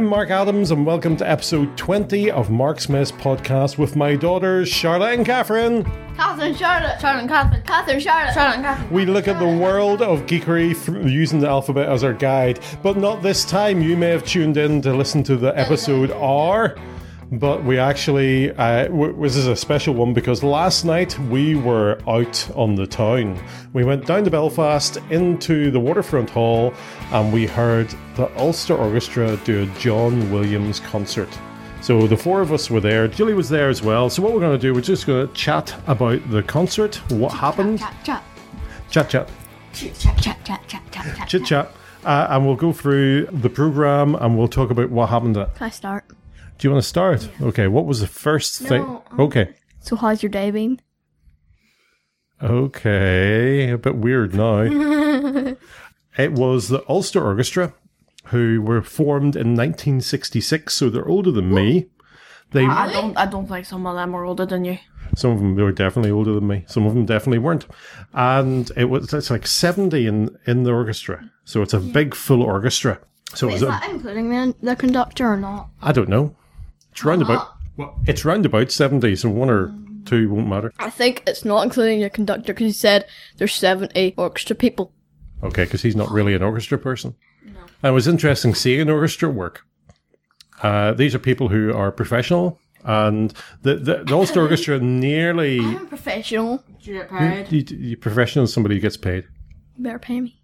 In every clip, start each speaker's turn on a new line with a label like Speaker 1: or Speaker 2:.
Speaker 1: Mark Adams, and welcome to episode 20 of Mark Smith's podcast with my daughters, Charlotte and Catherine.
Speaker 2: Catherine, Charlotte, Charlotte, Catherine, Catherine, Charlotte, Charlotte, Catherine.
Speaker 1: We look at the world of geekery th- using the alphabet as our guide, but not this time. You may have tuned in to listen to the episode R, but we actually, uh, w- this is a special one because last night we were out on the town. We went down to Belfast into the Waterfront Hall and we heard the Ulster Orchestra do a John Williams concert. So the four of us were there. Julie was there as well. So what we're going to do, we're just going to chat about the concert, what happened,
Speaker 2: Chat, chat,
Speaker 1: chat chat,
Speaker 2: chit, chat, chat, chat, chat, chat, chat.
Speaker 1: chit chat, uh, and we'll go through the program and we'll talk about what happened. At.
Speaker 2: Can I start?
Speaker 1: Do you want to start? Okay. What was the first thing? Okay.
Speaker 2: So, how's your day been?
Speaker 1: Okay, a bit weird now. it was the Ulster Orchestra, who were formed in 1966, so they're older than me. They
Speaker 3: I don't. I don't think some of them are older than you.
Speaker 1: Some of them they were definitely older than me. Some of them definitely weren't. And it was it's like seventy in in the orchestra, so it's a big full orchestra. So it was
Speaker 2: Is
Speaker 1: a,
Speaker 2: that including the, the conductor or not?
Speaker 1: I don't know. It's round about well, it's round about seventy, so one or two won't matter.
Speaker 4: I think it's not including the conductor because he said there's 70 orchestra people.
Speaker 1: Okay, because he's not really an orchestra person. And it was interesting seeing orchestra work. Uh, these are people who are professional, and the the, the Ulster Orchestra nearly
Speaker 4: I'm professional.
Speaker 3: Do you get paid?
Speaker 1: you, you professional is somebody who gets paid.
Speaker 4: You better pay me.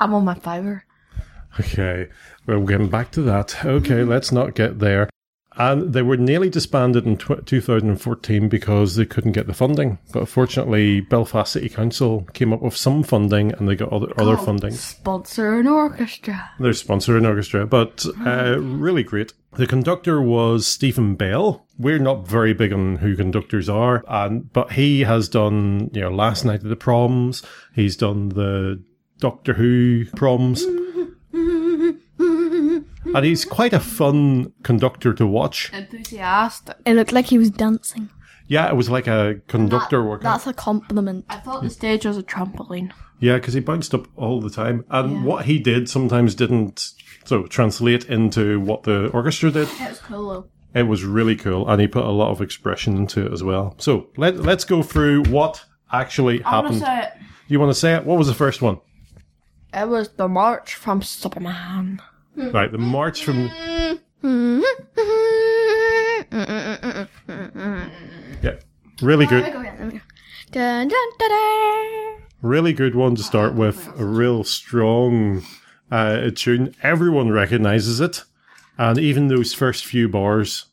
Speaker 3: I'm on my fiver.
Speaker 1: Okay, well, we're getting back to that. Okay, let's not get there. And they were nearly disbanded in tw- 2014 because they couldn't get the funding. But fortunately, Belfast City Council came up with some funding and they got other, other funding.
Speaker 3: Sponsor an orchestra.
Speaker 1: They're sponsoring orchestra, but uh, really great. The conductor was Stephen Bell. We're not very big on who conductors are, and but he has done you know last night at the proms. He's done the Doctor Who proms, and he's quite a fun conductor to watch.
Speaker 3: Enthusiastic.
Speaker 4: It looked like he was dancing.
Speaker 1: Yeah, it was like a conductor working.
Speaker 4: That's a compliment.
Speaker 3: I thought the stage was a trampoline.
Speaker 1: Yeah, because he bounced up all the time, and what he did sometimes didn't so translate into what the orchestra did.
Speaker 2: It was cool though.
Speaker 1: It was really cool, and he put a lot of expression into it as well. So let let's go through what actually
Speaker 3: I'm gonna
Speaker 1: happened.
Speaker 3: say it.
Speaker 1: you want to say it? What was the first one?
Speaker 3: It was the march from Superman.
Speaker 2: Hmm.
Speaker 1: Right, the march from. Yeah, really good,
Speaker 4: Dun, dun, dun, dun.
Speaker 1: really good one to
Speaker 2: Oh,
Speaker 1: start with. A real strong uh, tune. Everyone recognizes it, and even those first few bars.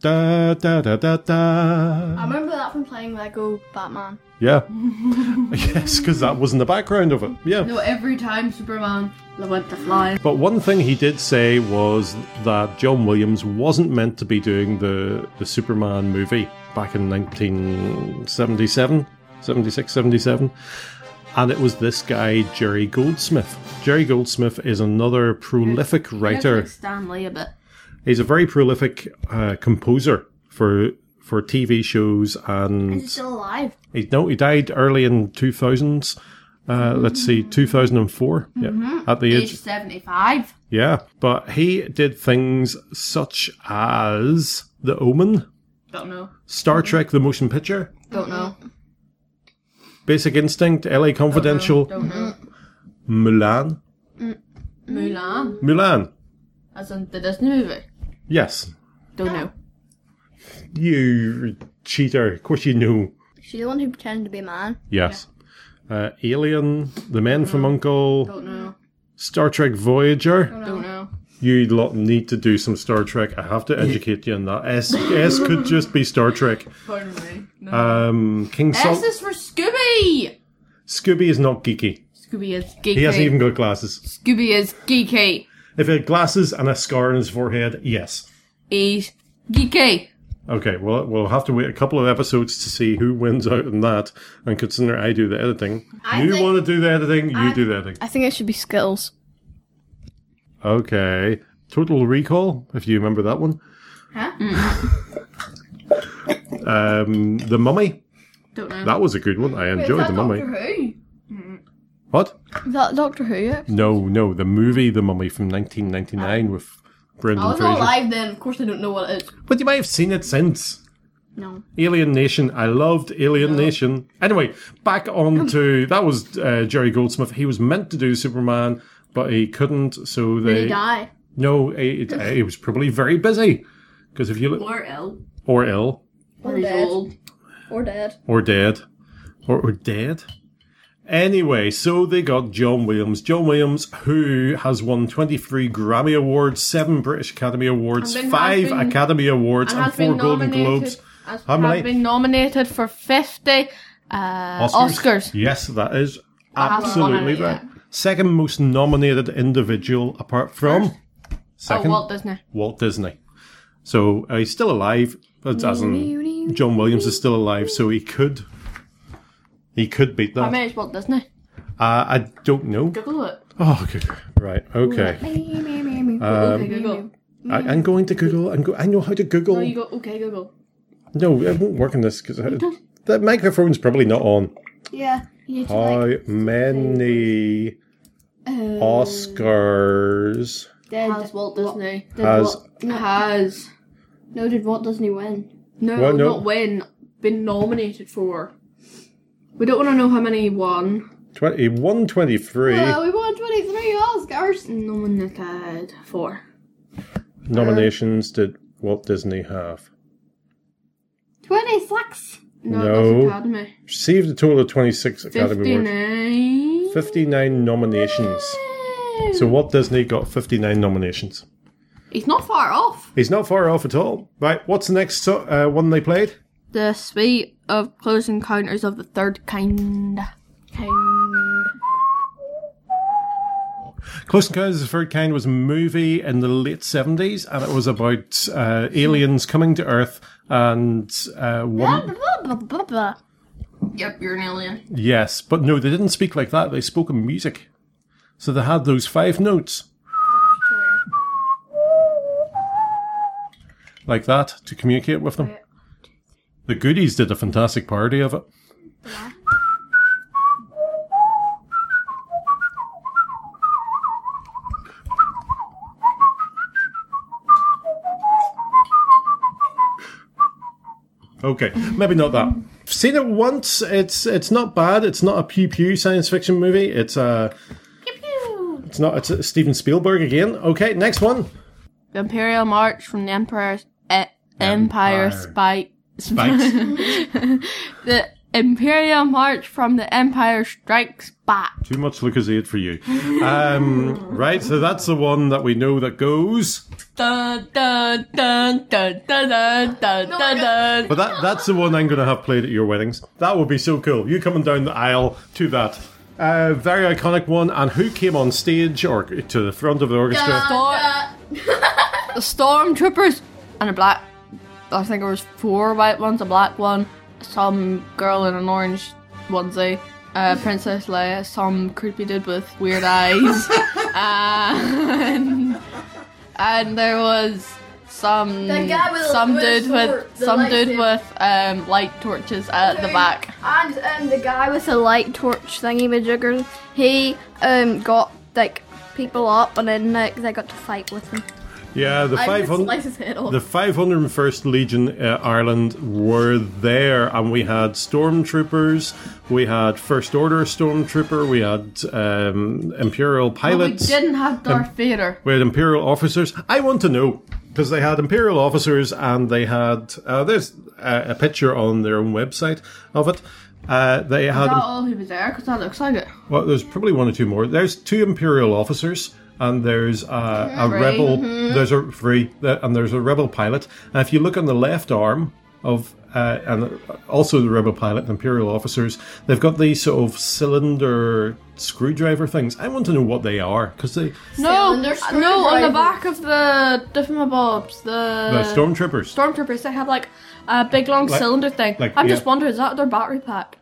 Speaker 1: Da da da da da.
Speaker 4: I remember that from playing Lego Batman.
Speaker 1: Yeah. yes, because that was in the background of it. Yeah.
Speaker 2: No, every time Superman went to fly.
Speaker 1: But one thing he did say was that John Williams wasn't meant to be doing the, the Superman movie back in 1977, 76, 77. And it was this guy, Jerry Goldsmith. Jerry Goldsmith is another prolific writer.
Speaker 2: Stanley a bit.
Speaker 1: He's a very prolific uh, composer for for TV shows and
Speaker 4: Still alive.
Speaker 1: he no, he died early in two thousands. Uh, Let's see, two thousand and four.
Speaker 2: Mm-hmm.
Speaker 1: Yeah, at the age,
Speaker 2: Age 75.
Speaker 1: yeah, but he did things such as The Omen,
Speaker 2: Don't know.
Speaker 1: Star
Speaker 2: Mm-hmm.
Speaker 1: Trek: The Motion Picture,
Speaker 2: Don't know.
Speaker 1: Basic Instinct, L.A. Confidential,
Speaker 2: Don't know.
Speaker 1: Mulan,
Speaker 2: Mm-hmm. Mulan.
Speaker 1: Mulan.
Speaker 2: As in the Disney movie.
Speaker 1: Yes,
Speaker 3: Don't know.
Speaker 1: you cheater. Of course you knew.
Speaker 4: She's the one who pretended to be a man.
Speaker 1: Yes, uh, Alien, The Men from Uncle,
Speaker 2: Don't know.
Speaker 1: Star Trek Voyager.
Speaker 2: Don't know.
Speaker 1: You lot need to do some Star Trek. I have to educate you on that. S S could just be Star Trek.
Speaker 2: Pardon me. No.
Speaker 1: Um, King Sol-
Speaker 2: S is for Scooby!
Speaker 1: Scooby is not geeky.
Speaker 2: Scooby is geeky.
Speaker 1: He hasn't even got glasses.
Speaker 2: Scooby is geeky.
Speaker 1: If he had glasses and a scar on his forehead, yes.
Speaker 2: He's geeky.
Speaker 1: Okay, well, we'll have to wait a couple of episodes to see who wins out in that. And consider I do the editing, you
Speaker 4: think-
Speaker 1: want to do the editing, you do the editing.
Speaker 4: I think it should be Skittles.
Speaker 1: Okay, Total Recall, if you remember that one. Huh? um, the Mummy.
Speaker 2: Don't know.
Speaker 1: Um, That was a good one. I enjoyed the Mummy.
Speaker 2: Who?
Speaker 1: What?
Speaker 4: Is that Doctor Who yet?
Speaker 1: No, no, the movie The Mummy from 1999 with
Speaker 2: Oh. I
Speaker 1: Brendan
Speaker 2: was not
Speaker 1: Fraser.
Speaker 2: alive then. Of course, I don't know what it is.
Speaker 1: But you might have seen it since.
Speaker 2: No.
Speaker 1: Alien Nation. I loved Alien Nation. Anyway, back on to that was uh, Jerry Goldsmith. He was meant to do Superman, but he couldn't. So
Speaker 2: Did
Speaker 1: they
Speaker 2: he die?
Speaker 1: no. It, it, he was probably very busy because if you look
Speaker 2: Or ill?
Speaker 1: or ill
Speaker 2: Or he's
Speaker 4: dead.
Speaker 2: old?
Speaker 4: Or dead.
Speaker 1: or dead or, or dead. Anyway, so they got John Williams. John Williams, who has won 23 Grammy Awards, 7 British Academy Awards,
Speaker 2: And then
Speaker 1: 5
Speaker 2: has been-
Speaker 1: Academy Awards, and,
Speaker 2: has
Speaker 1: 4
Speaker 2: been
Speaker 1: Golden Globes.
Speaker 2: nominated. Has,
Speaker 1: How many?
Speaker 2: has been nominated for fifty uh, Oscars.
Speaker 1: Yes, that is
Speaker 2: haven't won
Speaker 1: absolutely
Speaker 2: any
Speaker 1: right. Second most nominated individual apart from second
Speaker 2: Oh, Walt Disney.
Speaker 1: Walt Disney. So uh, he's still alive. That doesn't. John Williams is still alive, so he could. He could beat
Speaker 2: How
Speaker 1: that. Uh,
Speaker 2: many is Walt Disney?
Speaker 1: I don't know.
Speaker 2: Google it.
Speaker 1: Oh, okay. Right. Okay.
Speaker 2: okay, Google.
Speaker 1: I, I'm going to Google. I'm go- I know how to Google.
Speaker 2: No, Oh, you go. Okay, Google.
Speaker 1: No, it won't work on this because that microphone's probably not on.
Speaker 5: Yeah. You need to,
Speaker 1: How
Speaker 5: like, Oh.
Speaker 1: many Oscars
Speaker 5: dead.
Speaker 2: Has Walt Disney?
Speaker 5: Did
Speaker 1: has
Speaker 5: Walt, no,
Speaker 2: Has
Speaker 5: no, did Walt Disney win?
Speaker 2: no,
Speaker 1: What, no?
Speaker 2: not win. Been nominated for. We don't want to know how many he won.
Speaker 1: 20, 123
Speaker 5: we won 23 Oscars.
Speaker 2: Nominated for. Uh,
Speaker 1: nominations did Walt Disney have?
Speaker 5: 26.
Speaker 2: No,
Speaker 1: No.
Speaker 2: that's Academy.
Speaker 1: Received a total of 26 Academy Awards.
Speaker 2: Fifty-nine.
Speaker 1: 59 nominations. So Walt Disney got 59 nominations.
Speaker 2: He's not far off.
Speaker 1: He's not far off at all. Right, what's the next so- uh, one they played?
Speaker 4: The suite of close encounters of the third kind.
Speaker 1: Close Encounters of the Third Kind was a movie in the late 70s and it was about uh, aliens coming to Earth and uh, one.
Speaker 2: Yep, you're an alien.
Speaker 1: Yes, but no, they didn't speak like that. They spoke in music. So they had those five notes. Like that to communicate with them. The Goodies did a fantastic parody of it. Okay, maybe not that. I've seen it once. It's it's not bad. It's not a pew pew science fiction movie. It's a It's not. It's a Steven Spielberg again. Okay, next one.
Speaker 4: The Imperial March from the Empire's e- Empire,
Speaker 1: Empire.
Speaker 4: Spike.
Speaker 1: Spikes.
Speaker 4: the Imperial March from the Empire Strikes Back.
Speaker 1: Too much Lucasade for you. Um, right, so that's the one that we know that goes.
Speaker 4: Dun dun dun dun dun dun dun dun dun.
Speaker 1: But that that's the one I'm going to have played at your weddings. That would be so cool. You coming down the aisle to that. Uh, very iconic one. And who came on stage or to the front of the orchestra?
Speaker 4: The stormtroopers and a black. I think it was four white ones, a black one, some girl in an orange onesie, uh, Princess Leia, some creepy dude with weird eyes, and and there was some
Speaker 2: The guy with-
Speaker 4: some
Speaker 2: with
Speaker 4: dude
Speaker 2: the
Speaker 4: with
Speaker 2: sword, the
Speaker 4: some dude
Speaker 2: lightsaber.
Speaker 4: with um, light torches at the back.
Speaker 5: And um, the guy with the light torch thingy majigger, he um got like people up and then like they got to fight with him.
Speaker 1: Yeah, the
Speaker 2: I
Speaker 1: five
Speaker 2: would
Speaker 1: hundred.
Speaker 2: slice his head off.
Speaker 1: The 501st Legion uh, Ireland were there, and we had stormtroopers, we had First Order stormtrooper, we had um, Imperial
Speaker 4: We
Speaker 1: pilots,
Speaker 4: didn't have Darth Vader.
Speaker 1: we had Imperial officers. I want to know because they had Imperial officers, and they had uh, there's a, a picture on their own website of it. Uh, they had
Speaker 4: Not all who was there, because that looks like it.
Speaker 1: well, there's probably one or two more. There's two Imperial officers, and there's a, a rebel. There's a three, uh, and there's a rebel pilot. And if you look on the left arm of, uh, and also the rebel pilot and Imperial officers, they've got these sort of cylinder screwdriver things. I want to know what they are because they
Speaker 4: No,
Speaker 2: Cylinder
Speaker 4: no, on the
Speaker 2: screwdriver.
Speaker 4: back of the different bobs, the,
Speaker 1: the stormtroopers.
Speaker 4: stormtroopers, they have like a big long
Speaker 1: Like-
Speaker 4: cylinder thing.
Speaker 1: like,
Speaker 4: I'm
Speaker 1: yeah.
Speaker 4: just wondering, is that their battery pack?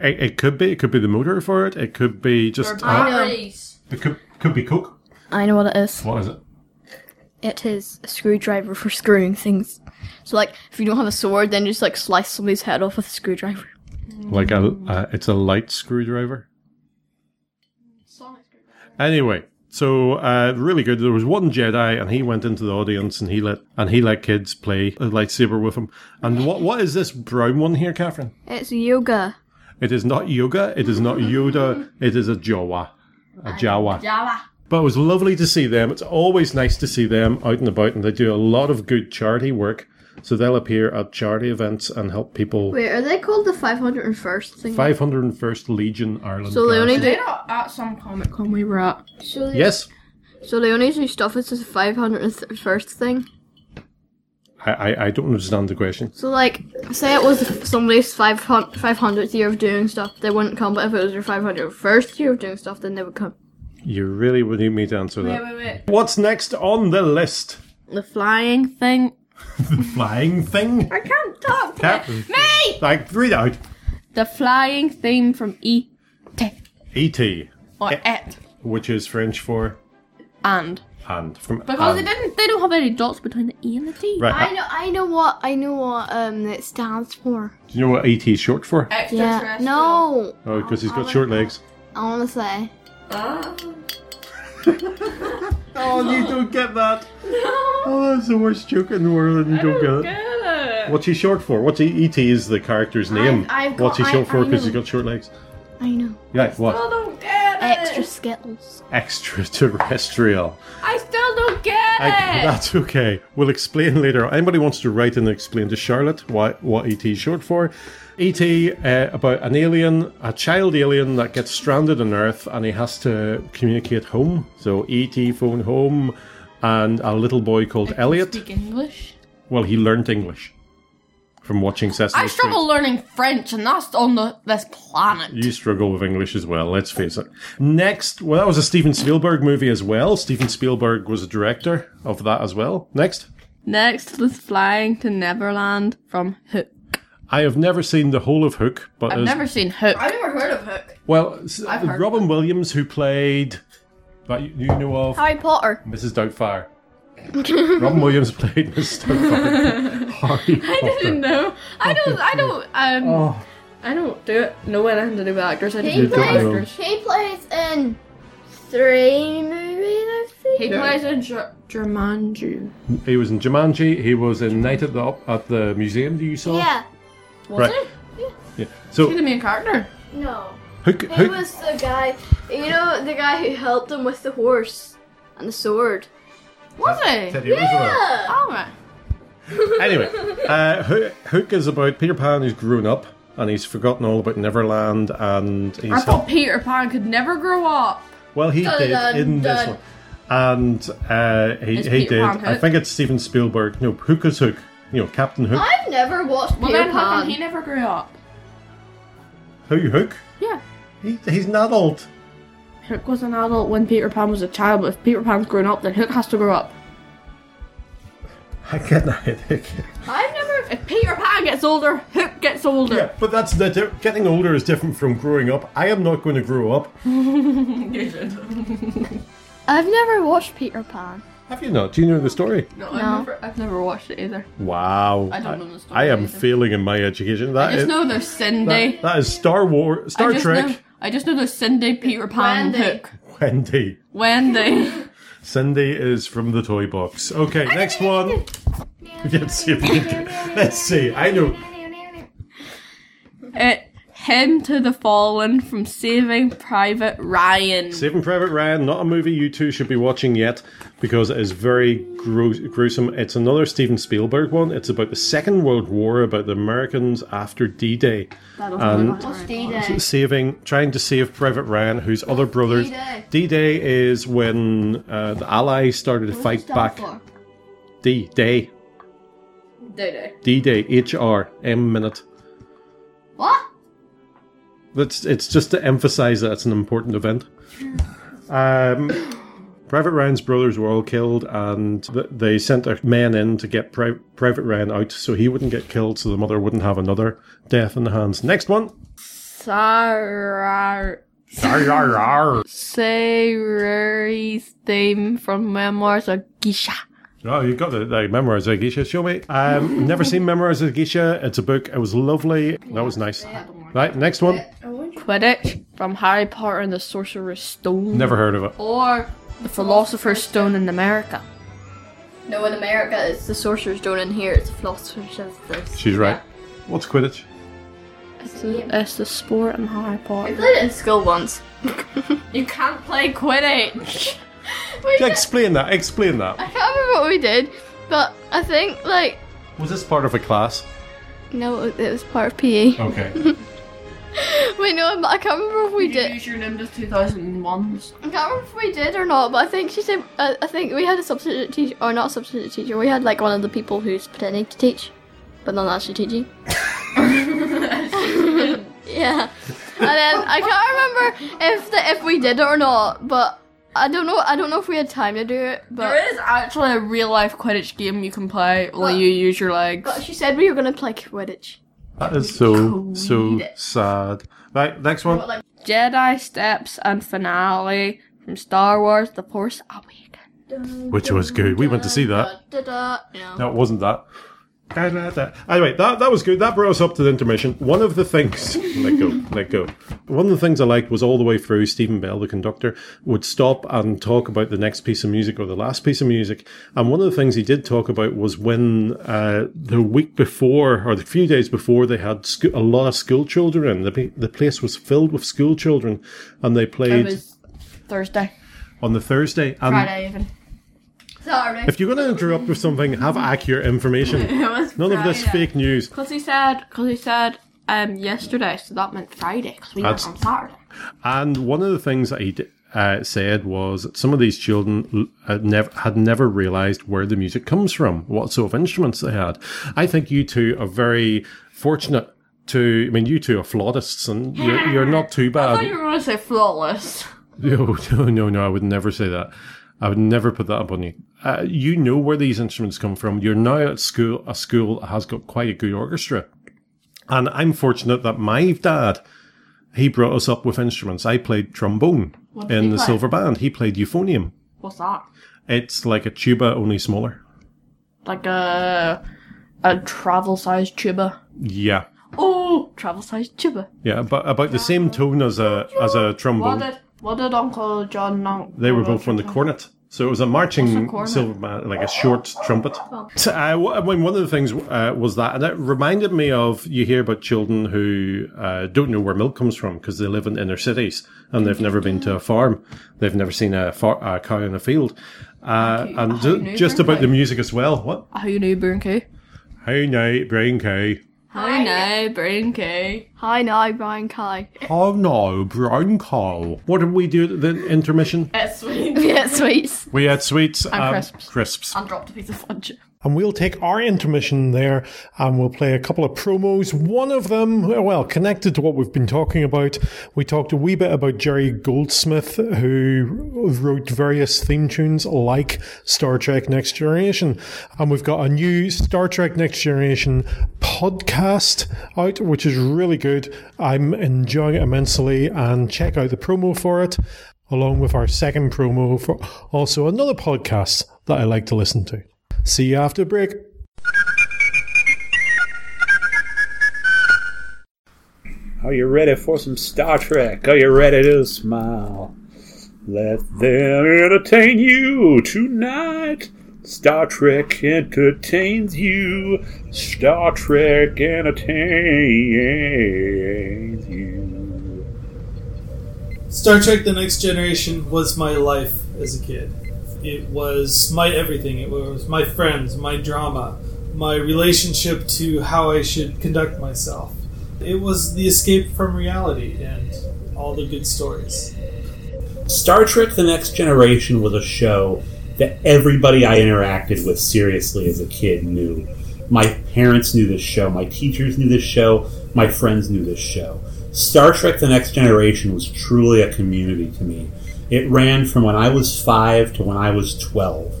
Speaker 1: it, it could be. It could be the motor for it. It could be just. Uh,
Speaker 2: Batteries.
Speaker 1: it could could be Coke.
Speaker 3: I know what it is.
Speaker 1: What is it?
Speaker 3: It is a screwdriver for screwing things. So like, if you don't have a sword, then you just like slice somebody's head off with a screwdriver.
Speaker 1: Like a, uh, it's a light screwdriver.
Speaker 2: sonic screwdriver.
Speaker 1: Anyway, so uh, really good. There was one Jedi, and he went into the audience, and he let and he let kids play a lightsaber with him. And what what is this brown one here, Catherine?
Speaker 5: It's yoga.
Speaker 1: It is not yoga. It is not Yoda. It is a Jawa, a Jawa.
Speaker 2: Java.
Speaker 1: But it was lovely to see them. It's always nice to see them out and about, and they do a lot of good charity work. So they'll appear at charity events and help people.
Speaker 5: Wait, are they called the 501st thing?
Speaker 1: 501st Legion Ireland.
Speaker 5: So they only
Speaker 1: Garrison.
Speaker 5: do-
Speaker 4: They not at some comic con we were at.
Speaker 5: So, they,
Speaker 1: Yes,
Speaker 5: so they only do stuff that's the 501st thing?
Speaker 1: I, I I don't understand the question.
Speaker 5: So, like, say it was somebody's 500, 500th year of doing stuff, they wouldn't come, but if it was your 501st year of doing stuff, then they would come.
Speaker 1: You really would need me to answer that.
Speaker 4: Wait, wait, wait.
Speaker 1: What's next on the list?
Speaker 4: The flying thing.
Speaker 1: flying thing?
Speaker 4: I can't talk.
Speaker 1: Captain.
Speaker 4: Me!
Speaker 1: Like, read out.
Speaker 4: The flying theme from E. T.
Speaker 1: E.T.,
Speaker 4: Or
Speaker 1: Eh.
Speaker 4: et.
Speaker 1: E which is French for
Speaker 4: And.
Speaker 1: hand. From
Speaker 4: Because they
Speaker 1: and.
Speaker 4: didn't they don't have any dots between the E and the T.
Speaker 1: Right. uh,
Speaker 5: I know, I know what, I know what, um, it stands for.
Speaker 1: Do you know what E.T. is short for?
Speaker 5: Yeah. No!
Speaker 1: Oh, because he's got short legs.
Speaker 5: I want to say.
Speaker 4: Uh,
Speaker 1: Oh, you don't get that. Oh, that's the worst joke in the world, and you don't, get it. What's he short for? What's he, E.T. is the character's name.
Speaker 5: I've got-
Speaker 1: What's he short
Speaker 5: I-
Speaker 1: for
Speaker 5: I
Speaker 1: because he's
Speaker 5: know.
Speaker 1: got short legs?
Speaker 5: I know.
Speaker 1: Yeah, what?
Speaker 4: don't get
Speaker 5: Extra Skittles.
Speaker 1: Extraterrestrial.
Speaker 4: I still don't get
Speaker 1: I, that's okay. We'll explain later. Anybody wants to write and explain to Charlotte what what ET is short for? ET uh, about an alien, a child alien that gets stranded on Earth and he has to communicate home. So ET phone home, and a little boy called Elliot.
Speaker 4: Speak English.
Speaker 1: Well, he learned English from watching Sesame
Speaker 4: I
Speaker 1: Street.
Speaker 4: struggle learning French, and that's on the this planet.
Speaker 1: You struggle with English as well, let's face it. Next, well, that was a Steven Spielberg movie as well. Steven Spielberg was a director of that as well. Next.
Speaker 4: Next was flying to Neverland from Hook.
Speaker 1: I have never seen the whole of Hook, but
Speaker 4: I've
Speaker 1: there's-
Speaker 4: never seen Hook.
Speaker 2: I've never heard of Hook.
Speaker 1: well, s- uh,
Speaker 2: heard
Speaker 1: Robin Williams, who played that you, you know of,
Speaker 5: Harry Potter.
Speaker 1: Mrs. Doubtfire. Robin Williams played Mrs. Doubtfire. Harry Potter.
Speaker 4: No, I don't. I don't. Um,
Speaker 1: Oh,
Speaker 4: I don't do it. No one has to do with actors. I just
Speaker 5: He
Speaker 1: you
Speaker 4: do with
Speaker 1: don't
Speaker 5: plays-
Speaker 1: know.
Speaker 4: actors.
Speaker 5: He plays in three movies, I think.
Speaker 4: He plays in Jer- Jumanji.
Speaker 1: He was in Jumanji. He was in Night at the Op- at the museum. Do you saw?
Speaker 5: Yeah.
Speaker 4: Was
Speaker 1: Right.
Speaker 4: he?
Speaker 1: Yeah.
Speaker 4: He's
Speaker 1: So
Speaker 4: the main character.
Speaker 5: No.
Speaker 1: Hook,
Speaker 5: He
Speaker 1: Hook,
Speaker 5: was the guy, you know, the guy who helped him with the horse and the sword.
Speaker 4: Was he?
Speaker 1: Teddy Roosevelt.
Speaker 4: All right.
Speaker 1: anyway, uh, Hook, Hook is about Peter Pan who's grown up and he's forgotten all about Neverland and he's
Speaker 4: I thought Peter Pan could never grow up.
Speaker 1: Well, he
Speaker 5: Dun,
Speaker 1: did
Speaker 5: dun,
Speaker 1: in this
Speaker 5: dun.
Speaker 1: one, and uh, he,
Speaker 4: Is
Speaker 1: he
Speaker 4: Peter
Speaker 1: did.
Speaker 4: Pan
Speaker 1: I
Speaker 4: Hook?
Speaker 1: think it's Steven Spielberg. No, Hook is Hook. You know, Captain Hook.
Speaker 5: I've never watched
Speaker 4: Well,
Speaker 5: Peter
Speaker 4: then how come
Speaker 5: Pan.
Speaker 4: he never grew up?
Speaker 1: Who Hook?
Speaker 4: Yeah.
Speaker 1: He, he's an adult.
Speaker 4: Hook was an adult when Peter Pan was a child, but if Peter Pan's grown up, then Hook has to grow up.
Speaker 1: I get a headache.
Speaker 4: I've never. If Peter Pan gets older, Hook gets older.
Speaker 1: Yeah, but that's the di- getting older is different from growing up. I am not going to grow up.
Speaker 5: I've never watched Peter Pan.
Speaker 1: Have you not? Do you know the story?
Speaker 4: No, I've, never, I've never watched it either.
Speaker 1: Wow.
Speaker 4: I don't know the story
Speaker 1: I am
Speaker 4: either.
Speaker 1: failing in my education. That
Speaker 4: I just
Speaker 1: is-
Speaker 4: know there's Cindy.
Speaker 1: that, that is Star Wars, Star
Speaker 4: I just
Speaker 1: Trek.
Speaker 4: Know, I just know there's Cindy, Peter Pan,
Speaker 5: Wendy.
Speaker 4: Hook,
Speaker 1: Wendy.
Speaker 4: Wendy.
Speaker 1: Cindy is from the toy box. Okay, next one. Let's see. If we can, let's see. I know.
Speaker 4: it, him to the fallen from Saving Private Ryan.
Speaker 1: Saving Private Ryan, not a movie you two should be watching yet because it is very gru- gruesome. It's another Steven Spielberg one. It's about the Second World War, about the Americans after D Day. Saving, trying to save Private Ryan, whose other brothers.
Speaker 5: D-Day?
Speaker 1: D Day is when uh, the Allies started to fight back. D Day. D Day. HR. M minute.
Speaker 5: What?
Speaker 1: That's it's just to emphasize that it's an important event. Um, Private Ryan's brothers were all killed, and th- they sent a man in to get Pri- Private Ryan out so he wouldn't get killed, so the mother wouldn't have another death in the hands. Next one.
Speaker 4: Sarar. Sayuri's theme from Memoirs of Geisha.
Speaker 1: Oh, you got the, the Memoirs of a Geisha. Show me. Um, never seen Memoirs of a Geisha. It's a book. It was lovely. That was nice. Right, next one.
Speaker 4: Quidditch from Harry Potter and the Sorcerer's Stone.
Speaker 1: Never heard of it.
Speaker 4: Or the Philosopher's Stone in America.
Speaker 3: No, in America it's the Sorcerer's Stone, and here it's the Philosopher's Stone.
Speaker 1: She's right. What's Quidditch?
Speaker 4: It's the, it's the sport in Harry
Speaker 3: I
Speaker 4: Potter.
Speaker 3: played it in school once.
Speaker 4: You can't play Quidditch.
Speaker 1: Explain that. Explain that.
Speaker 3: I can't remember what we did, but I think like
Speaker 1: Was this part of a class?
Speaker 3: no, it was part of
Speaker 5: E.
Speaker 3: PE.
Speaker 1: Okay.
Speaker 3: Wait, no, I can't remember if we
Speaker 4: You
Speaker 5: E
Speaker 3: did.
Speaker 4: use your Nimbus 2001s.
Speaker 3: I can't remember if we did or not, but I think she said. Uh, I think we had a substitute teacher, or not substitute teacher. We had like one of the people who's pretending to teach, but not actually teaching. yeah, and then I can't remember if the, if we did it or not, but I don't know. I don't know if we had time to do it, but.
Speaker 4: There is actually a real life Quidditch game you can play while you use your legs.
Speaker 3: but she said we were gonna play Quidditch.
Speaker 1: That is so, so sad. Right, next one.
Speaker 4: Jedi Steps and Finale from Star Wars The Force Awakens.
Speaker 1: Which was good. We went to see that.
Speaker 3: Da-da. No.
Speaker 1: No, it wasn't that. Anyway, that, that was good. That brought us up to the intermission. One of the things, let go, let go. One of the things I liked was all the way through, Stephen Bell, the conductor, would stop and talk about the next piece of music or the last piece of music. And one of the things he did talk about was when uh, the week before or the few days before they had sco- a lot of school children in. The, pe- the place was filled with school children and they
Speaker 4: It
Speaker 1: played
Speaker 4: was Thursday.
Speaker 1: on the Thursday. And
Speaker 4: Friday even.
Speaker 1: if you're going to interrupt with something, have accurate information.
Speaker 4: It was
Speaker 1: None of this fake news.
Speaker 4: Because he said, because he said, um, yesterday, so that meant Friday, because we
Speaker 1: That's-
Speaker 4: went on Saturday.
Speaker 1: And one of the things that he d- uh, said was that some of these children l- had never, had never realized where the music comes from, what sort of instruments they had. I think you two are very fortunate to, I mean, you two are flautists and you're, you're not too
Speaker 4: I thought you
Speaker 1: bad.
Speaker 4: were going to say flawless.
Speaker 1: No, no, no, no, I would never say that. I would never put that up on you. Uh, you know where these instruments come from. You're now at school, a school that has got quite a good orchestra. And I'm fortunate that my dad, he brought us up with instruments. I played trombone
Speaker 4: What did
Speaker 1: in
Speaker 4: he
Speaker 1: the
Speaker 4: play?
Speaker 1: silver band. He played euphonium.
Speaker 4: What's that?
Speaker 1: It's like a tuba, only smaller.
Speaker 4: Like a a travel sized tuba.
Speaker 1: Yeah,
Speaker 4: Oh, travel sized tuba.
Speaker 1: yeah, but about the same tone as a as a
Speaker 4: What
Speaker 1: trombone.
Speaker 4: did what did Uncle John? Uncle
Speaker 1: They were both on the cornet. So it was a marching
Speaker 4: What's a cornet? Oh.
Speaker 1: silver band, like a short trumpet. So, uh, w- I mean, one of the things uh, was that, and it reminded me of you hear about children who uh, don't know where milk comes from because they live in inner cities and they've never been to a farm, they've never seen a, far- a cow in a field, uh, and ju-
Speaker 4: neighbour,
Speaker 1: just about
Speaker 4: like-
Speaker 1: the music as well. What?
Speaker 4: Who knew Brinky?
Speaker 1: Hey, now, brain cow.
Speaker 4: Who knew Brinky?
Speaker 3: Hi now, Brian Kai.
Speaker 1: Oh no, brown cow. What did we do at the intermission?
Speaker 4: That's sweet.
Speaker 3: yeah, sweets.
Speaker 1: We had sweets and
Speaker 4: crisps.
Speaker 1: crisps.
Speaker 4: And dropped a piece of fudge.
Speaker 1: And we'll take our intermission there and we'll play a couple of promos. One of them, well, connected to what we've been talking about. We talked a wee bit about Jerry Goldsmith, who wrote various theme tunes like Star Trek Next Generation. And we've got a new Star Trek Next Generation podcast out, which is really good. I'm enjoying it immensely and check out the promo for it, along with our second promo for also another podcast that I like to listen to. See you after break.
Speaker 6: Are you ready for some Star Trek? Are you ready to smile? Let them entertain you tonight. Star Trek entertains you. Star Trek entertains you.
Speaker 7: Star Trek The Next Generation was my life as a kid. It was my everything. It was my friends, my drama, my relationship to how I should conduct myself. It was the escape from reality and all the good stories.
Speaker 8: Star Trek The Next Generation was a show that everybody I interacted with seriously as a kid knew. My parents knew this show, my teachers knew this show, my friends knew this show. Star Trek The Next Generation was truly a community to me. It ran from when I was five to when I was 12.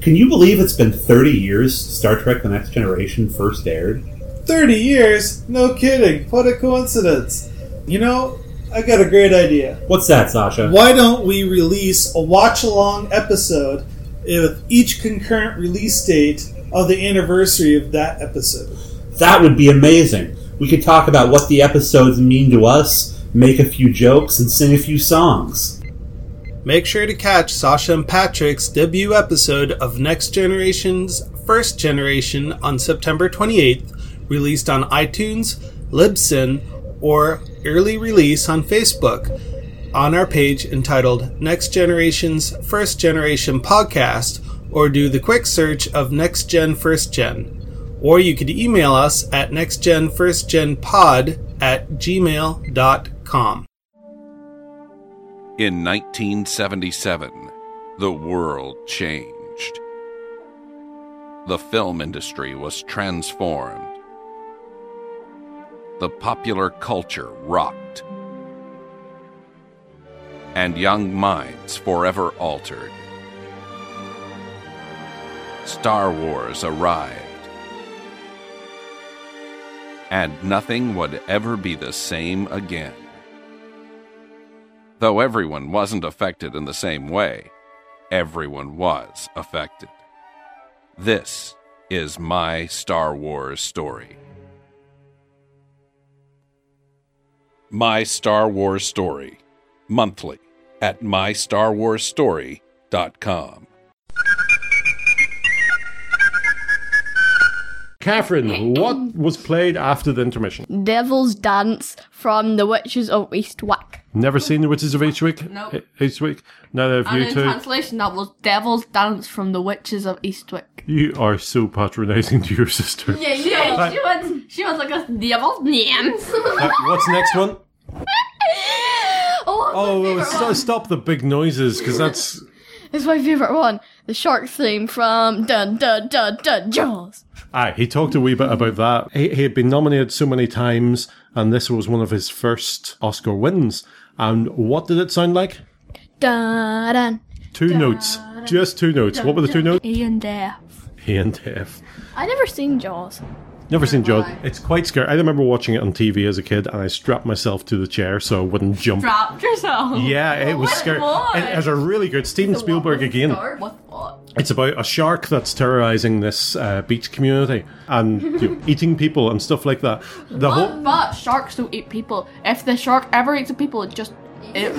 Speaker 8: Can you believe it's been 30 years since Star Trek The Next Generation first aired?
Speaker 7: 30 years? No kidding. What a coincidence. You know, I got a great idea.
Speaker 8: What's that, Sasha?
Speaker 7: Why don't we release a watch along episode with each concurrent release date of the anniversary of that episode.
Speaker 8: That would be amazing. We could talk about what the episodes mean to us, make a few jokes, and sing a few songs.
Speaker 7: Make sure to catch Sasha and Patrick's debut episode of Next Generation's First Generation on September 28th, released on iTunes, Libsyn, or early release on Facebook on our page entitled Next Generation's First Generation Podcast, or do the quick search of Next Gen First Gen. Or you could email us at nextgenfirstgenpod at gmail.com.
Speaker 9: In 1977, the world changed. The film industry was transformed. The popular culture rocked. And young minds forever altered. Star Wars arrived. And nothing would ever be the same again. Though everyone wasn't affected in the same way, everyone was affected. This is my Star Wars story. My Star Wars Story, monthly at mystarwarsstory.com.
Speaker 1: Catherine, what was played after the intermission?
Speaker 3: Devil's Dance from The Witches of Eastwick.
Speaker 1: Never seen The Witches of Eastwick?
Speaker 4: Nope.
Speaker 1: E- Eastwick? Neither of
Speaker 4: And
Speaker 1: you
Speaker 4: in
Speaker 1: two.
Speaker 4: translation, that was Devil's Dance from the Witches of Eastwick.
Speaker 1: You are so patronizing to your sister.
Speaker 4: Yeah, yeah, she was, she was like a devil's dance.
Speaker 1: Uh, what's next one?
Speaker 3: Oh,
Speaker 1: Oh, well, st- stop the big noises because that's
Speaker 3: It's my favorite one. The shark theme from Dun Dun Dun Dun Jaws.
Speaker 1: Aye, he talked a wee bit about that. He, he had been nominated so many times, and this was one of his first Oscar wins. And what did it sound like?
Speaker 3: Dun dun.
Speaker 1: Two notes. Just two notes. What were the two notes?
Speaker 3: Ian there.
Speaker 1: A and F.
Speaker 3: I never seen Jaws.
Speaker 1: Never seen Jaws. It's quite scary. I remember watching it on TV as a kid, and I strapped myself to the chair so I wouldn't jump.
Speaker 4: Dropped yourself.
Speaker 1: Yeah, it was scary.
Speaker 4: more?
Speaker 1: It has a really good Steven Spielberg again.
Speaker 4: What, what?
Speaker 1: It's about a shark that's terrorizing this uh, beach community and you know, eating people and stuff like that. The whole
Speaker 4: But sharks don't eat people. If the shark ever eats a people, it just it,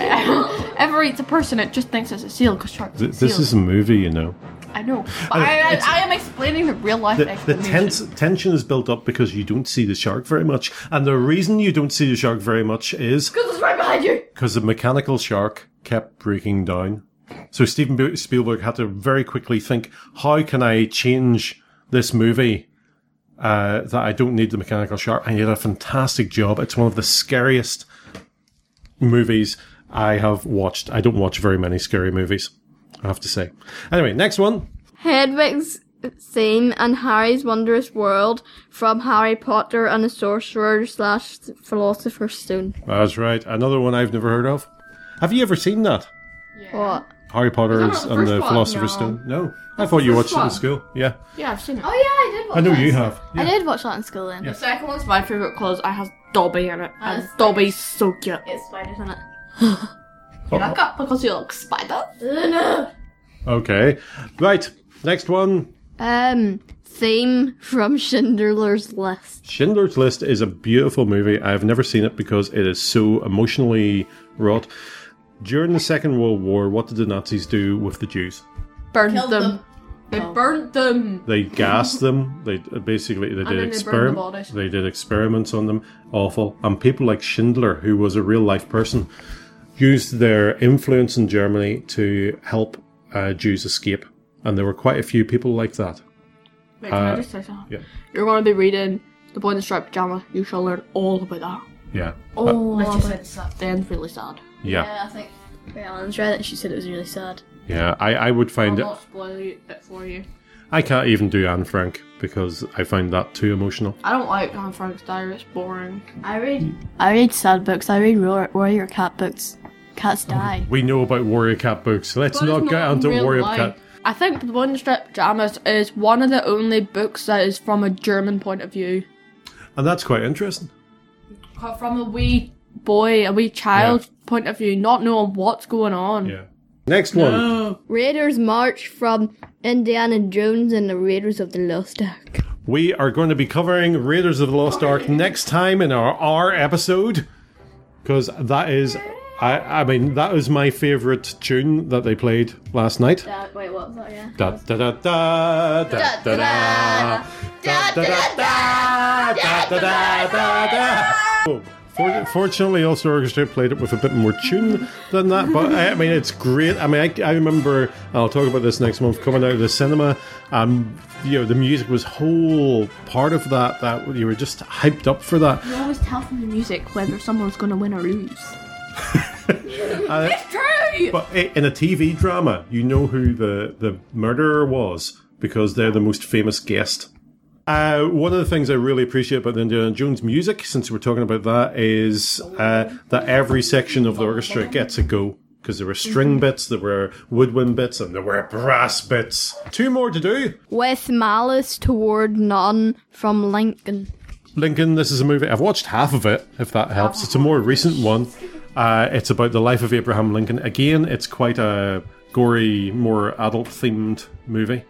Speaker 4: ever eats a person, it just thinks it's a seal because sharks.
Speaker 1: th-
Speaker 4: eat
Speaker 1: this
Speaker 4: seals.
Speaker 1: is a movie, you know.
Speaker 4: I know. But
Speaker 1: know,
Speaker 4: I, I,
Speaker 1: it's-
Speaker 4: I am explaining the real life
Speaker 1: the, the
Speaker 4: explanation.
Speaker 1: tense, tension is built up because you don't see the shark very much. And the reason you don't see the shark very much is
Speaker 4: It's right behind you.
Speaker 1: because the mechanical shark kept breaking down. So Steven Bu- Spielberg had to very quickly think, how can I change this movie uh, that I don't need the mechanical shark? And he did a fantastic job. It's one of the scariest movies I have watched. I don't watch very many scary movies, I have to say. Anyway, next one.
Speaker 5: Hedwig's theme and Harry's wondrous world from Harry Potter and the Sorcerer slash Philosopher's Stone.
Speaker 1: That's right. Another one I've never heard of. Have you ever seen that?
Speaker 5: What?
Speaker 1: Harry Potter's
Speaker 4: the
Speaker 1: and
Speaker 4: first
Speaker 1: the
Speaker 4: one?
Speaker 1: Philosopher's
Speaker 4: No.
Speaker 1: Stone? No. I thought you watched it in
Speaker 4: one.
Speaker 1: school. Yeah.
Speaker 4: Yeah, I've seen it.
Speaker 5: Oh yeah, I did watch
Speaker 1: I know you have.
Speaker 5: I
Speaker 1: Yeah.
Speaker 5: did watch that in school then.
Speaker 4: The second one's my favorite clothes. I has Dobby in it, and Dobby's so cute.
Speaker 5: It's spiders in it.
Speaker 4: Back up because you look spider.
Speaker 1: Okay. Right. Next one.
Speaker 5: Um, theme from Schindler's List.
Speaker 1: Schindler's List is a beautiful movie. I've never seen it because it is so emotionally wrought. During the Second World War, what did the Nazis do with the Jews?
Speaker 4: Burned them. They burnt them.
Speaker 1: They gassed them. They uh, basically they did
Speaker 4: then they burned the
Speaker 1: experiments.
Speaker 4: bodies.
Speaker 1: They did experiments on them. Awful. And people like Schindler, who was a real life person, used their influence in Germany to help uh, Jews escape. And there were quite a few people like that.
Speaker 4: Wait, can
Speaker 1: Uh,
Speaker 4: I just say something?
Speaker 1: yeah.
Speaker 4: You're going to be reading The Boy in the Striped Pajama. You shall learn all about that.
Speaker 1: Yeah.
Speaker 4: Oh, let's just say it's sad. The end's really sad.
Speaker 1: Yeah.
Speaker 3: I think Ray Allen's read it. She said it was really sad.
Speaker 1: Yeah. I, I would
Speaker 4: I'll
Speaker 1: find it.
Speaker 4: not spoil it for you.
Speaker 1: I can't even do Anne Frank because I find that too emotional.
Speaker 4: I don't like Anne Frank's diary. It's boring.
Speaker 3: I read. I read sad books. I read war- warrior cat books.
Speaker 4: Oh.
Speaker 3: Cats die.
Speaker 1: We know about Warrior Cat books. Let's
Speaker 4: But
Speaker 1: not
Speaker 4: it's
Speaker 1: get
Speaker 4: not in
Speaker 1: onto
Speaker 4: real
Speaker 1: Warrior
Speaker 4: life.
Speaker 1: Cat.
Speaker 4: I think The Boy in the Striped Pajamas is one of the only books that is from a German point of view.
Speaker 1: And that's quite interesting.
Speaker 4: From a wee boy, a wee child point of view, not knowing what's going on.
Speaker 1: Yeah. Next one.
Speaker 5: Raiders March from Indiana Jones and the Raiders of the Lost Ark.
Speaker 1: We are going to be covering Raiders of the Lost Ark next time in our R episode because that is, I, I mean, that was my favorite tune that they played last night.
Speaker 3: wait, what was that? Yeah.
Speaker 1: Da da da da da da da da da da da da da da da. Oh, for- Fortunately, Ulster Orchestra played it with a bit more tune than that, but I I mean, it's great. I mean, I, I remember, and I'll talk about this next month, coming out of the cinema, um, you know, the music was whole part of that, that you were just hyped up for that.
Speaker 4: You always tell from the music whether someone's gonna win or lose. it's true.
Speaker 1: But i- in a TV drama, you know who the, the murderer was because they're the most famous guest. Uh, one of the things I really appreciate about the Indiana Jones music, since we're talking about that, is uh, that every section of the orchestra gets a go. Because there were string bits, there were woodwind bits, and there were brass bits. Two more to do.
Speaker 5: With malice toward none from Lincoln.
Speaker 1: Lincoln, this is a movie. I've watched half of it, if that helps. It's a more recent one. Uh, it's about the life of Abraham Lincoln. Again, it's quite a gory, more adult themed movie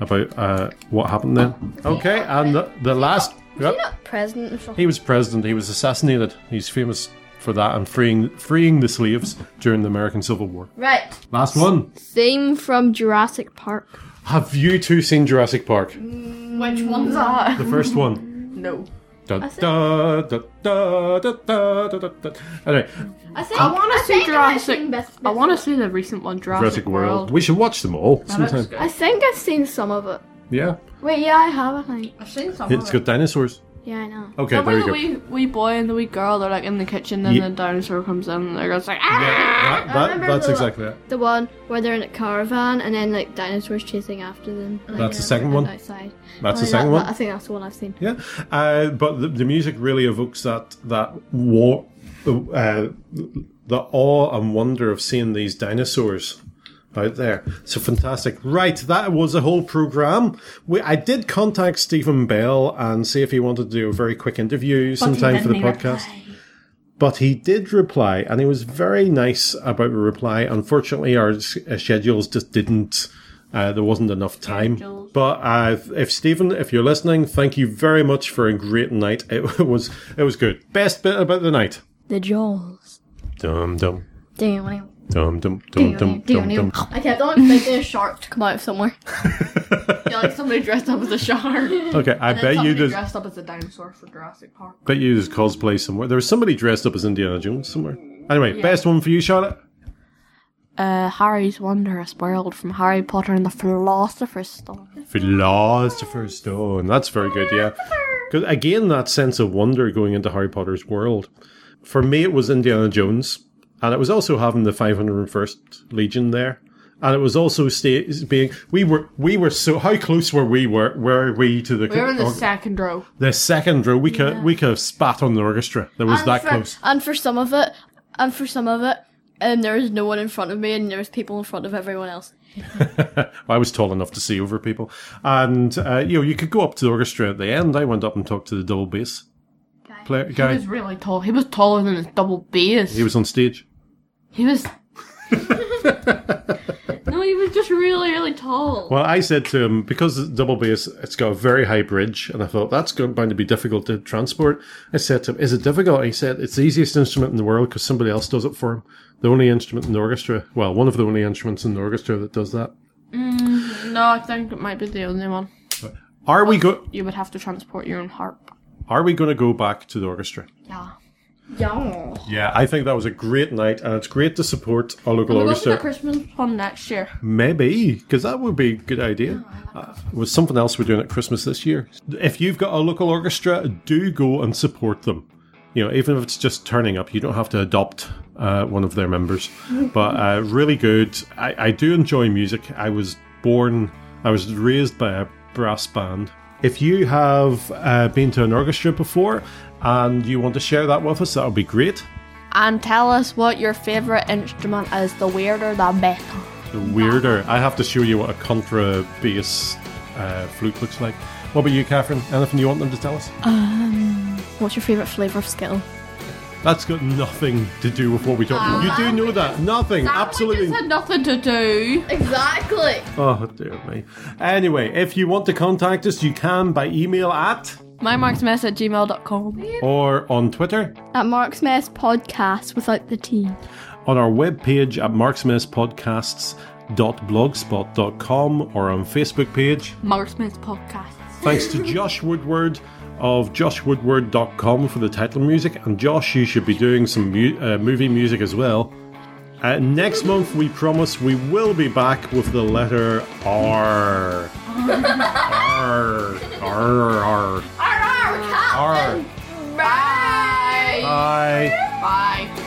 Speaker 1: about uh, what happened then. Okay, and the, the last. Yep.
Speaker 5: President.
Speaker 1: He was president. He was assassinated. He's famous for that and freeing freeing the slaves during the American Civil War.
Speaker 5: Right.
Speaker 1: Last one.
Speaker 5: Theme from Jurassic Park.
Speaker 1: Have you two seen Jurassic Park?
Speaker 4: Which
Speaker 5: Mm.
Speaker 4: one's that?
Speaker 1: The first one.
Speaker 4: No.
Speaker 1: Da, da, da, da, da, da, da, da. Anyway,
Speaker 5: I think
Speaker 4: I want to see Jurassic.
Speaker 5: best,
Speaker 4: I want to see the recent one, Jurassic,
Speaker 1: Jurassic World. We should watch them all sometime.
Speaker 5: I think I've seen some of it.
Speaker 1: Yeah,
Speaker 5: Wait, yeah, I have. I think.
Speaker 4: I've seen some.
Speaker 1: it's got dinosaurs.
Speaker 5: Yeah, I know.
Speaker 1: Okay, there
Speaker 4: Remember
Speaker 1: you
Speaker 4: the
Speaker 1: go.
Speaker 4: wee, wee boy and the wee girl? They're like in the kitchen, and
Speaker 1: Ye-
Speaker 4: the dinosaur comes in, and they're just like, ah!
Speaker 1: That- that-
Speaker 5: remember
Speaker 1: that's
Speaker 5: the-
Speaker 1: exactly it.
Speaker 5: The one where they're in a caravan and then like dinosaurs chasing after them. Like,
Speaker 1: That's the
Speaker 5: uh,
Speaker 1: second one.
Speaker 5: Outside.
Speaker 1: That's
Speaker 5: Oh,
Speaker 1: the second
Speaker 5: that-
Speaker 1: one.
Speaker 5: that- I think that's the one I've seen.
Speaker 1: Yeah, uh, but the, the music really evokes that that war, uh, the awe and wonder of seeing these dinosaurs out there. So fantastic! Right, that was the whole program. We, I did contact Stephen Bell and see if he wanted to do a very quick interview sometime for the podcast. But he did reply, and he was very nice about the reply. Unfortunately, our s- uh, schedules just didn't. Uh, there wasn't enough time. But uh, if Stephen, if you're listening, thank you very much for a great night. It was it was good. Best bit about the night.
Speaker 5: The Jaws.
Speaker 1: Dum dum
Speaker 5: Damn.
Speaker 1: dum dum dum dum dum dum.
Speaker 3: I kept on expecting a shark to come out of somewhere. yeah, like somebody dressed up as a shark.
Speaker 1: Okay, I bet you
Speaker 4: Somebody
Speaker 1: there's
Speaker 4: dressed up as a dinosaur for Jurassic Park.
Speaker 1: bet you there's cosplay somewhere. There was somebody dressed up as Indiana Jones somewhere. Anyway, best one for you, Charlotte.
Speaker 4: Uh, Harry's Wondrous World from Harry Potter and the Philosopher's Stone.
Speaker 1: Philosopher's Stone. That's very good, yeah. 'Cause again, that sense of wonder going into Harry Potter's world. For me, it was Indiana Jones, and it was also having the 501st Legion there, and it was also sta- being we were we were so how close were we were were we to the
Speaker 4: We were in the
Speaker 1: or-
Speaker 4: second row.
Speaker 1: the second row? We could we could have spat on the orchestra. There was that
Speaker 5: for,
Speaker 1: close.
Speaker 5: And for some of it, and for some of it, and there was no one in front of me, and there was people in front of everyone else.
Speaker 1: I was tall enough to see over people, and uh, you know you could go up to the orchestra at the end. I went up and talked to the double bass player
Speaker 4: He
Speaker 1: guy.
Speaker 4: was really tall. He was taller than his double bass.
Speaker 1: He was on stage.
Speaker 4: He was. no, he was just really, really tall.
Speaker 1: Well, I said to him because it's double bass, it's got a very high bridge, and I thought that's going bound to be difficult to transport. I said to him, "Is it difficult?" And he said, "It's the easiest instrument in the world because somebody else does it for him. The only instrument in the orchestra, well, one of the only instruments in the orchestra that does that."
Speaker 4: No, I think it might be the only one.
Speaker 1: Are we go?
Speaker 4: You would have to transport your own harp.
Speaker 1: Are we going to go back to the orchestra?
Speaker 4: Yeah.
Speaker 1: Yeah, I think that was a great night, and it's great to support our local
Speaker 4: We'll go to the
Speaker 1: orchestra.
Speaker 4: Christmas one next year.
Speaker 1: Maybe, because that would be a good idea. Uh, was something else we're doing at Christmas this year. If you've got a local orchestra, do go and support them. You know, even if it's just turning up, you don't have to adopt uh, one of their members. But uh, really good. I, I do enjoy music. I was born, I was raised by a brass band. If you have uh, been to an orchestra before and you want to share that with us, that would be great.
Speaker 4: And tell us what your favourite instrument is. The weirder, the better.
Speaker 1: The weirder. I have to show you what a contra bass uh, flute looks like. What about you, Catherine? Anything you want them to tell us?
Speaker 5: What's your favourite flavour of Skittle?
Speaker 1: That's got nothing to do with what we talked about. You do know that. Nothing. Absolutely.
Speaker 4: Sandwiches had nothing to do.
Speaker 3: Exactly.
Speaker 1: Oh, dear me. Anyway, if you want to contact us, you can by email at
Speaker 4: MyMarksMess at gmail.com.
Speaker 1: or on Twitter,
Speaker 5: At Mark's Mess Podcast without the T.
Speaker 1: on our webpage at marksmithspodcasts.blogspot.com or on Facebook page.
Speaker 4: Marksmith Podcasts.
Speaker 1: Thanks to Josh Woodward of joshwoodward.com for the title music. And Josh, you should be doing some mu- uh, movie music as well. Uh, next month, we promise we will be back with the letter R. R. R. R.
Speaker 3: Arr, arr,
Speaker 1: R.
Speaker 3: Bye.
Speaker 1: Bye.
Speaker 4: Bye.